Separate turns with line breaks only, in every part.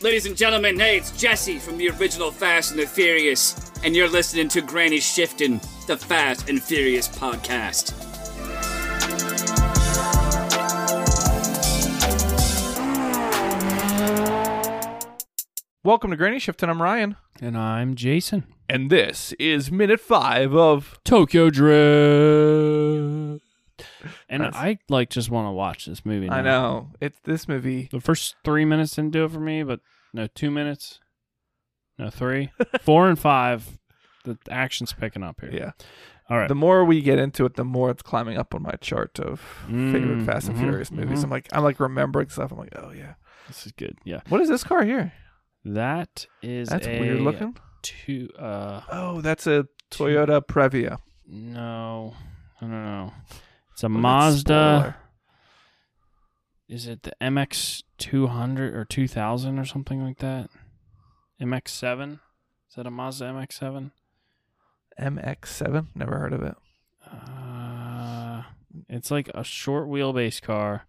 Ladies and gentlemen, hey, it's Jesse from the original Fast and the Furious, and you're listening to Granny Shifting, the Fast and Furious podcast.
Welcome to Granny Shift, and I'm Ryan.
And I'm Jason.
And this is minute five of
Tokyo Drift. And
Nice.
I like just want to watch this movie.
I
now.
know it's this movie.
The first three minutes didn't do it for me, but no, two minutes, no, three, four, and five. The action's picking up here.
Yeah,
All right.
the more we get into it, the more it's climbing up on my chart of favorite
Mm,
Fast and
mhm,
Furious movies.
mhm.
I'm like, I'm like remembering stuff. I'm like, oh yeah,
this is good. Yeah.
what is this car here?
That is
That's
a
weird looking.
Two, uh,
Oh, that's a Toyota Previa.
no, I don't know. It's a
that's
Mazda.
spoiler.
Is it the MX 200 or 2000 or something like that? MX 7? Is that a Mazda MX 7?
MX-7. Never heard of it.
Uh, it's like a short wheelbase car.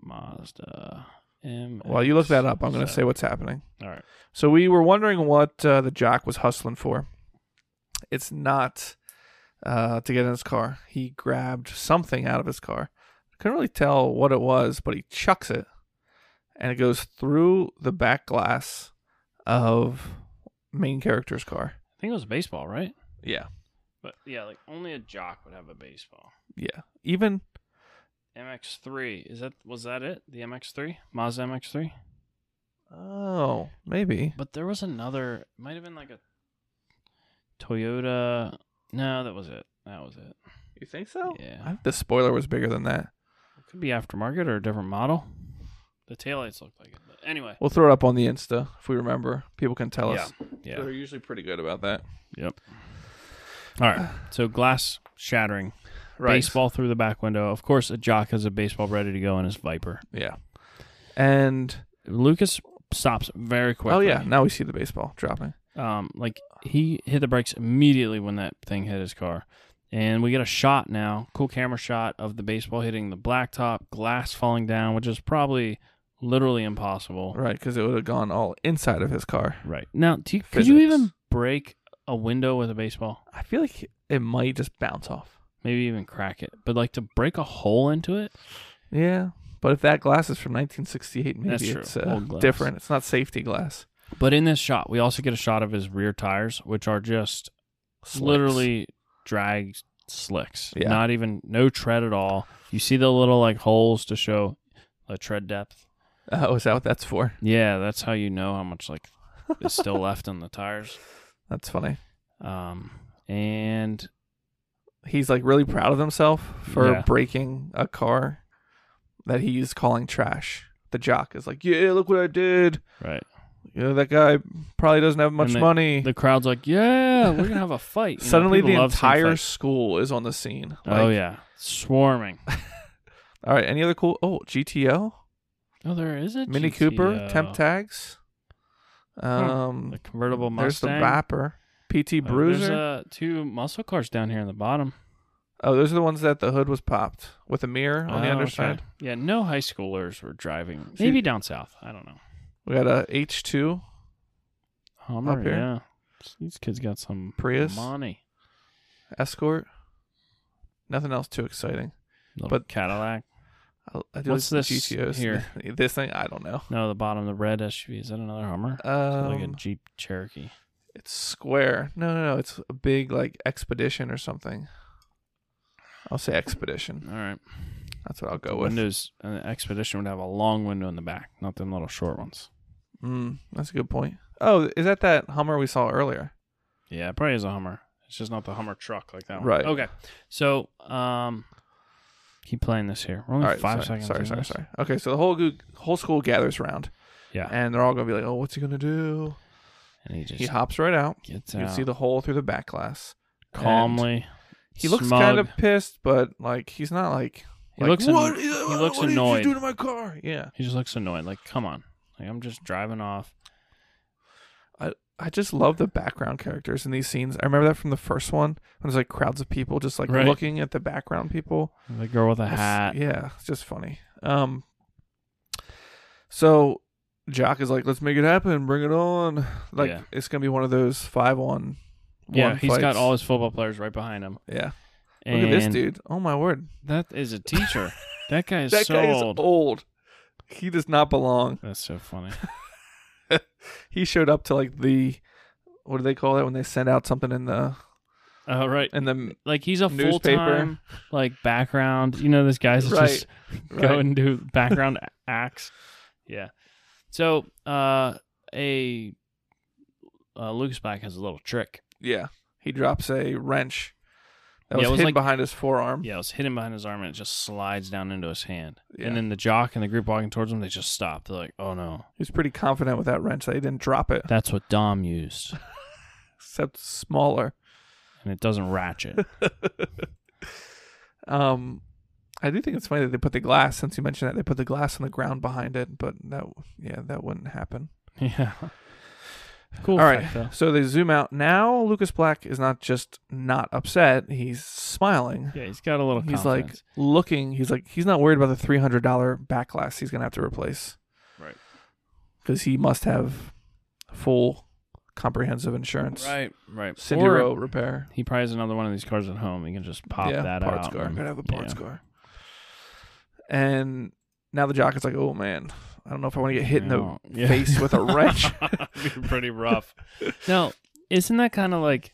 Mazda MX.
Well, you look that up. I'm going to say what's happening.
All right.
So we were wondering what uh, the jock was hustling for. It's not uh, to get in his car. He grabbed something out of his car. Couldn't really tell what it was, but he chucks it, and it goes through the back glass of main character's car.
I think it was a baseball, right?
Yeah,
But yeah, like only a jock would have a baseball.
yeah. Even
MX3. Is that was that it? The MX3? Mazda MX3?
oh, maybe
But there was another. It might have been like a Toyota. No, that was it. That was it.
you think so. I
Yeah.
think the spoiler was bigger than that.
Could be aftermarket or a different model. The taillights looked like it. But anyway.
We'll throw it up on the Insta if we remember. People can tell us.
Yeah.
They're usually pretty good about that.
Yep. All right. So glass shattering.
Right.
Baseball through the back window. Of course, a jock has a baseball ready to go in his Viper.
Yeah. And
Lucas stops very quickly.
oh yeah, now we see the baseball dropping.
Um, like he hit the brakes immediately when that thing hit his car. And we get a shot now, cool camera shot of the baseball hitting the blacktop, glass falling down, which is probably literally impossible.
Right, because it would have gone all inside of his car.
Right. Now, do you, could you
Physics.
even break a window with a baseball?
I feel like it might just bounce off.
Maybe even crack it. But like to break a hole into it?
Yeah, but if that glass is from 1968, maybe
That's true.
it's uh,
Old glass.
different. It's not safety glass.
But in this shot, we also get a shot of his rear tires, which are just
Slicks.
literally drag slicks.
Yeah.
Not even no tread at all. You see the little like holes to show the tread depth.
Oh, is that what that's for?
Yeah, that's how you know how much like is still left on the tires.
That's funny.
Um, and
He's like really proud of himself for
Yeah.
breaking a car that he's calling trash. The jock is like, "Yeah, look what I did.
right,
You know, that guy probably doesn't have much
And
money."
the crowd's like, "Yeah, we're gonna have a fight." You know,
Suddenly,
people
the
love seeing
entire
fights.
school is on the scene.
oh
Like,
yeah, swarming.
All right. Any other cool? Oh, GTO,
Oh, there is a
Mini Cooper,
GTO.
Temp Tags. Um,
the convertible
there's the
Mustang.
Vapor,
Uh,
PT Bruiser.
There's uh, two muscle cars down here in the bottom
oh, those are the ones that the hood was popped with a mirror on the
Oh,
underside.
okay. Yeah, no high schoolers were driving.
See-
Maybe down south. I don't know.
We got a H2
Hummer.
here?
Yeah, these kids got some
Prius?
money.
Escort. Nothing else too exciting.
Little
But-
Cadillac.
I, I do
What's
like
this
the GTOs.
here?
this thing, I don't know.
No, the bottom, the red SUV. Is that another Hummer?
Um,
like a Jeep Cherokee.
It's square. No, no, no. It's a big like expedition or something. I'll say expedition.
All right.
That's what I'll go with.
Windows an Expedition would have a long window in the back, not them little short ones.
Mm, that's a good point. Oh, is that that Hummer we saw earlier?
Yeah, it probably is a Hummer. It's just not the Hummer truck like that one.
Right.
Okay. So, um, keep playing this here. We're only
all right,
five
sorry,
seconds.
Sorry,
in
sorry,
this.
sorry. Okay, so the whole goo- whole school gathers round,
Yeah.
and they're all gonna be like, "Oh, what's he gonna do?"
And he just
He hops right out.
gets
You
out
can see the hole through the back glass. and
calmly.
He looks
smug.
kind of pissed, but like he's not like.
He
like,
looks an-
What?
he
what
looks
did
annoyed.
you do to my car? Yeah,
He just looks annoyed. Like, come on. Like, I'm just driving off.
I just love the background characters in these scenes. I remember that from the first one. When there's like crowds of people just like
Right.
looking at the background people.
The girl with a
It's-
hat.
Yeah, it's just funny. Um, so Jock is like, let's make it happen, bring it on. Like
Yeah.
it's gonna be one of those five on.
yeah,
one
he's got
fights.
all his football players right behind him.
Yeah,
And
look at this dude. Oh my word,
That is a teacher. that guy is
that
so
guy is
old.
old. He does not belong.
That's so funny.
He showed up to like the, what do they call that when they send out something in the
All Oh, right.
in the
Like he's a full
Newspaper.
time like background. You know, this guy's
Right,
just
right.
go and do background a- acts. Yeah. So uh a uh, Lucas Black has a little trick.
yeah. He drops a wrench that was,
Yeah, it was
hidden
like-
behind his forearm.
Yeah, it's hidden behind his arm and it just slides down into his hand.
Yeah.
And then the jock and the group walking towards him, they just stop. They're like, "Oh no,
He was pretty confident with that wrench that he didn't drop it,
that's what Dom used,
except smaller.
and it doesn't ratchet."
Um, I do think it's funny that they put the glass. Since you mentioned that, they put the glass on the ground behind it, but that yeah, that wouldn't happen.
yeah. Cool.
All right,
fact, though.
so they zoom out now. Lucas Black is not just not upset; he's smiling.
Yeah, he's got a little.
He's like looking. He's like he's not worried about the three hundred dollar back glass he's gonna have to replace.
Right.
because he must have full comprehensive insurance.
right, right.
Cindy
Or
Row repair.
He probably has another one of these cars at home. He can just pop
yeah,
that
parts
out.
car.
and-
Gotta have a parts
yeah.
car. And now the jock is like, oh man, I don't know if I want to get hit in the
No. Yeah.
face with a wrench.
Be pretty rough. now, isn't that kind of like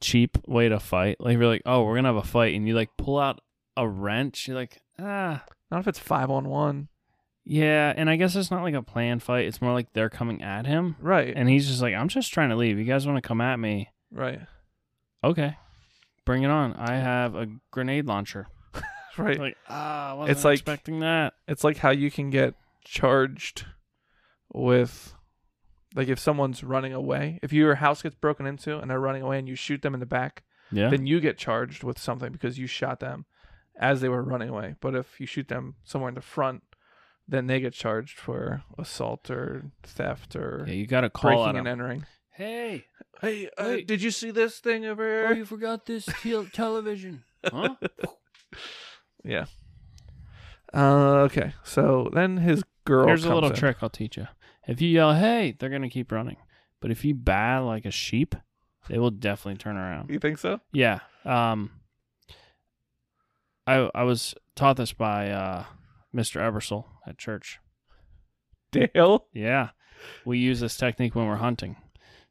cheap way to fight? Like you're like, oh, we're gonna have a fight, and you like pull out a wrench. You're like, ah,
not if it's five on one,
yeah. And I guess it's not like a planned fight. It's more like they're coming at him,
right?
and he's just like, I'm just trying to leave. You guys want to come at me?
right,
Okay, bring it on. I have a grenade launcher.
right.
Like, ah, I wasn't
It's like-
expecting that.
it's like how you can get charged with, like, if someone's running away. If your house gets broken into and they're running away and you shoot them in the back,
Yeah.
then you get charged with something because you shot them as they were running away. But if you shoot them somewhere in the front, then they get charged for assault or theft or
yeah, you got to call
breaking e
at him.
and entering.
Hey,
Hey,
uh, Wait.
did you see this thing over
oh,
here?
you forgot this te- television, huh?
yeah. Uh, okay, so then his girl.
Here's a
comes
little
in.
trick I'll teach you. If you yell, "Hey," they're gonna keep running. But if you baa like a sheep, they will definitely turn around.
You think so?
Yeah. Um. I I was taught this by uh, Mr. Ebersol at church.
Dale.
Yeah, we use this technique when we're hunting.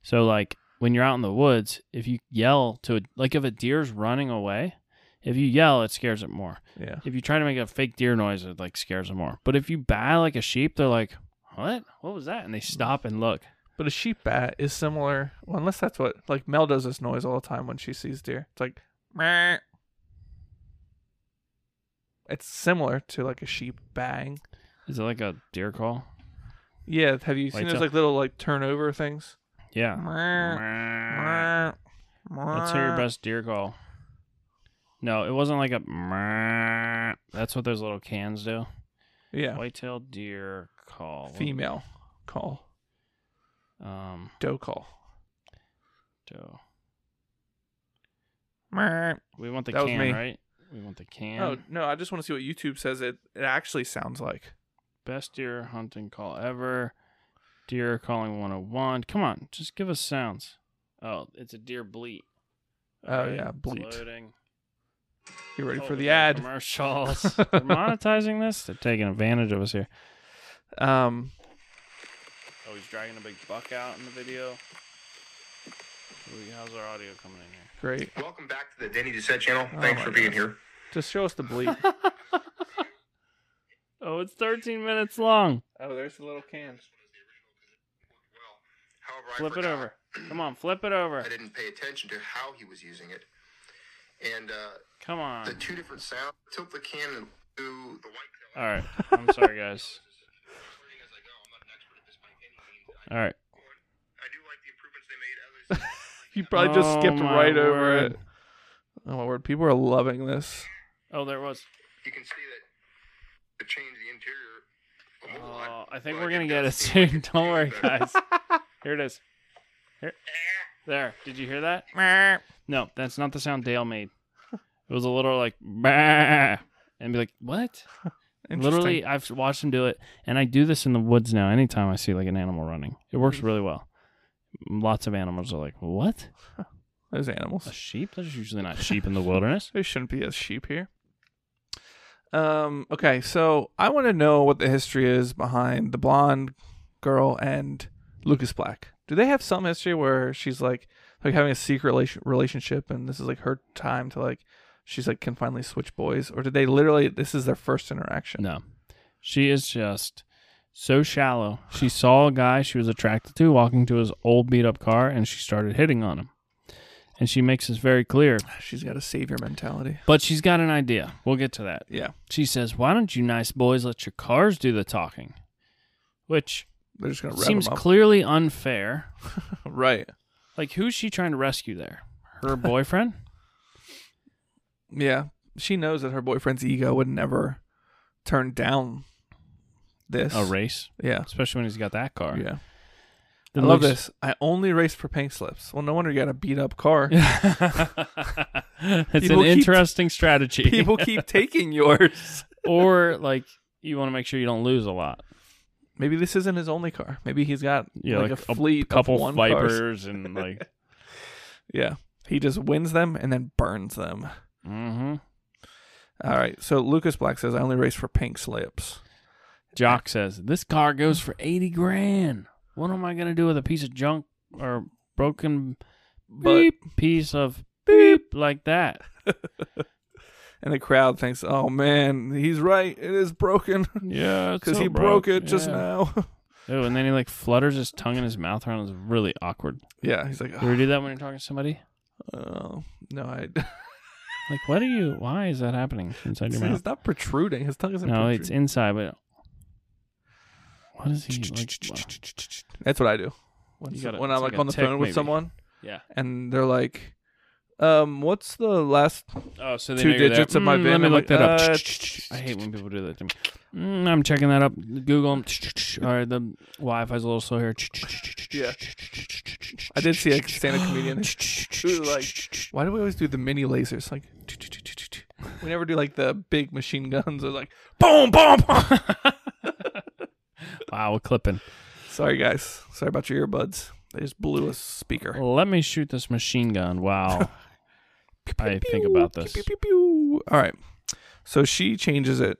So like when you're out in the woods, if you yell to a, like if a deer's running away, if you yell, it scares it more.
Yeah.
If you try to make a fake deer noise, it like scares them more. But if you baa like a sheep, they're like, "What? What was that?" And they stop and look.
But a sheep bat is similar, well, unless that's what like Mel does this noise all the time when she sees deer. It's like, Meh. it's similar to like a sheep bang.
Is it like a deer call?
Yeah, have you seen
Lights
those
up.
like little like turnover things?
Yeah. Let's hear your best deer call. No, it wasn't like a. That's what those little cans do.
Yeah,
White-tailed deer call.
female call,
Um.
doe call.
do-
Meh.
We want the
That was me.
can, right? We want the can.
Oh no, I just want to see what YouTube says it it actually sounds like.
Best deer hunting call ever. Deer calling 101. Come on, just give us sounds. Oh, it's a deer bleat.
Oh
Alright,
yeah,
it's
bleat.
Loading.
You ready for
Totally
the ad?
Commercials. They're monetizing this. They're taking advantage of us here.
Um,
Oh, he's dragging a big buck out in the video. Ooh, How's our audio coming in here?
great.
Welcome back to the Denny Doucette channel.
Oh
Thanks
my
for being
gosh.
here.
Just show us the bleat.
Oh, it's 13 minutes long.
oh, there's the little cans.
However, I
Flip it
forgot-
over. Come on, flip it over.
I didn't pay attention to how he was using it. And uh,
Come on.
the two different sounds, tilt the can and do the white
All
tail.
right. I'm sorry, guys.
Learning as I go. I'm not an expert at this by any means. I,
All right.
I do like the improvements they made. As I said,
You probably just
Oh,
skipped
my
right over
word.
it. Oh my word, people are loving this.
Oh, there it was.
you can see that it changed the interior a whole
Oh,
lot.
I think
but
we're going to get it
does seem like
soon.
it's
Don't worry,
doing better.
guys. Here it is. Here. There. Did you hear that? No, that's not the sound Dale made. It was a little like, bah, and be like, what? Literally, I've watched him do it, and I do this in the woods now. Anytime I see like an animal running, it works really well. Lots of animals are like, "What?
those
A
animals.
sheep? There's usually not sheep in the wilderness."
There shouldn't be a sheep here. Um. Okay, so I want to know what the history is behind the blonde girl and Lucas Black. Do they have some history where she's like like having a secret relation- relationship, and this is like her time to like she's like can finally switch boys, or did they literally this is their first interaction?
No, she is just so shallow. She saw a guy she was attracted to walking to his old beat up car, and she started hitting on him. And she makes this very clear.
She's got a savior mentality.
But she's got an idea. We'll get to that.
Yeah,
She says, "Why don't you nice boys let your cars do the talking?" Which
they're just gonna rev
seems
them up.
clearly unfair.
right.
Like, who's she trying to rescue there? Her boyfriend?
Yeah, she knows that her boyfriend's ego would never turn down this.
a race,
Yeah.
especially when he's got that car.
Yeah.
Then
I love
Luke's-
this. I only race for pink slips. Well, no wonder you got a beat up car.
it's
People
an
keep-
interesting strategy.
People keep taking yours.
or like you want to make sure you don't lose a lot.
Maybe this isn't his only car. Maybe he's got
Yeah,
like,
like
a fleet, of
couple
one
vipers
cars.
and like.
Yeah, he just wins them and then burns them.
hmm
All right. So Lucas Black says, "I only race for pink slips."
Jock says this car goes for eighty grand. What am I gonna do with a piece of junk or broken
But
beep piece of beep like that?
and the crowd thinks, "Oh man, he's right. It is broken
Yeah,
because he broke it just now."
Oh, and then he like flutters his tongue in his mouth around. It's really awkward.
yeah, he's like,
You ever do that when you're talking to somebody?
"Oh no, I."
Like, what are you? Why is that happening inside your mouth?
He's not protruding. His tongue isn't.
No,
protruding.
it's inside, but what is he like? wow.
That's what I do. When,
You gotta-
when
it's
I'm
like
like,
a
on the
tick,
phone with
maybe.
someone
Yeah.
and they're like, um, what's the last
Oh, so they
two
know you're there.
digits of my
Mm,
VIN.
Let me
I'm
look
like,
that up.
uh,
I hate when people do that to me. Mm, I'm checking that up. Google. 'em. All right, the Wi-Fi's a little slow here.
Yeah. I did see a stand-up comedian who like why do we always do the mini lasers? Like we never do like the big machine guns or like boom boom boom
Wow, we're clipping.
Sorry guys. Sorry about your earbuds. They just blew a speaker.
Let me shoot this machine gun. Wow. I think about this.
Pew, pew, pew. All right. So she changes it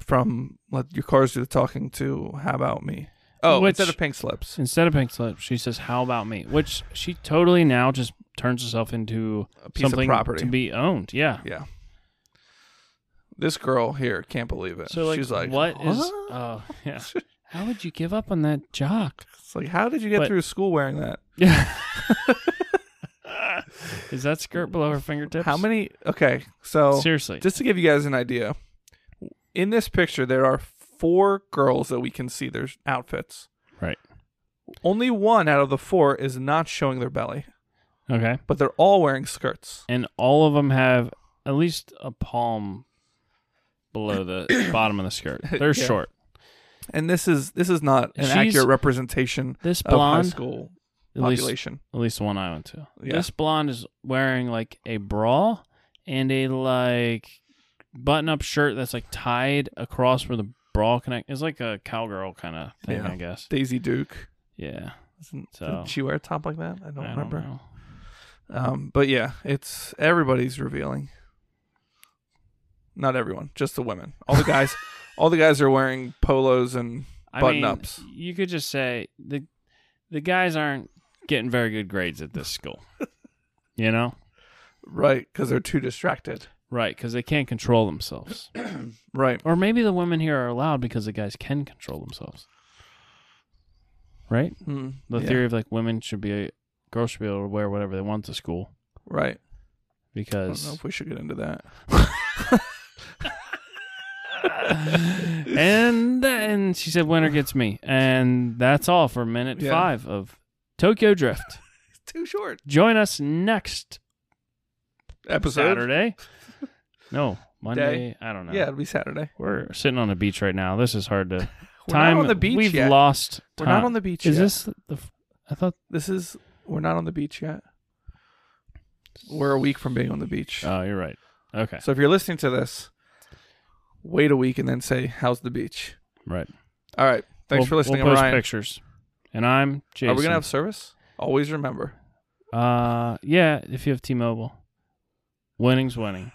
from let your cars do the talking to how about me? Oh,
Which-
instead of pink slips.
Instead of pink slip, she says, "How about me?" Which she totally now just turns herself into
A piece
something
of property.
to be owned. Yeah.
Yeah. This girl here can't believe it.
So like,
She's like,
what is?
"Huh?"
Oh, yeah. How would you give up on that jock?
It's like, how did you get
But-
through school wearing that?
Yeah. is that skirt below her fingertips?
How many? Okay, so
Seriously.
Oh, just to give you guys an idea, in this picture there are four girls that we can see their outfits.
Right.
Only one out of the four is not showing their belly,
Okay.
but they're all wearing skirts.
And all of them have at least a palm below the bottom of the skirt. They're
Yeah.
short.
And this is this is not an
She's-
accurate representation
This
of high
blonde,
school
at least
population.
At least the one I went to.
Yeah.
This blonde is wearing like a bra and a like button up shirt that's like tied across where the bra connect. It's like a cowgirl kind of thing,
Yeah.
I guess.
Daisy Duke.
Yeah.
Doesn't-
So-
Didn't she wear a top like that? I don't
I don't
remember.
know.
Um, but yeah, it's everybody's revealing. Not everyone, just the women. All the guys, all the guys are wearing polos and
I
Button
mean,
ups.
You could just say the the guys aren't getting very good grades at this school. you know?
right because they're too distracted.
Right, because they can't control themselves.
Right.
or maybe the women here are allowed because the guys can control themselves. Right?
Hmm.
The
Yeah.
theory of like women should be girls should be able to wear whatever they want to school
Right. I don't know
because
if we should get into that.
and then she said winter gets me and that's all for minute
Yeah.
5 of Tokyo Drift.
It's too short.
Join us next
Episode.
Saturday. No, Monday. I don't know.
Yeah, it'll be Saturday.
we're sitting on a beach right now. This is hard to
We're
time.
not on the beach
We've
yet.
lost.
We're
Time.
not on the beach
Is
yet.
this the? f- I thought.
This is. We're not on the beach yet. We're a week from being on the beach.
Oh, you're right. Okay.
so if you're listening to this, wait a week, and then say, "How's the beach?"
Right.
All right. Thanks
We'll-
for listening,
We'll
I'm
post
Ryan.
pictures. And I'm Jason.
Are we gonna have service? Always remember.
Uh, yeah, if you have T-Mobile, winning's winning.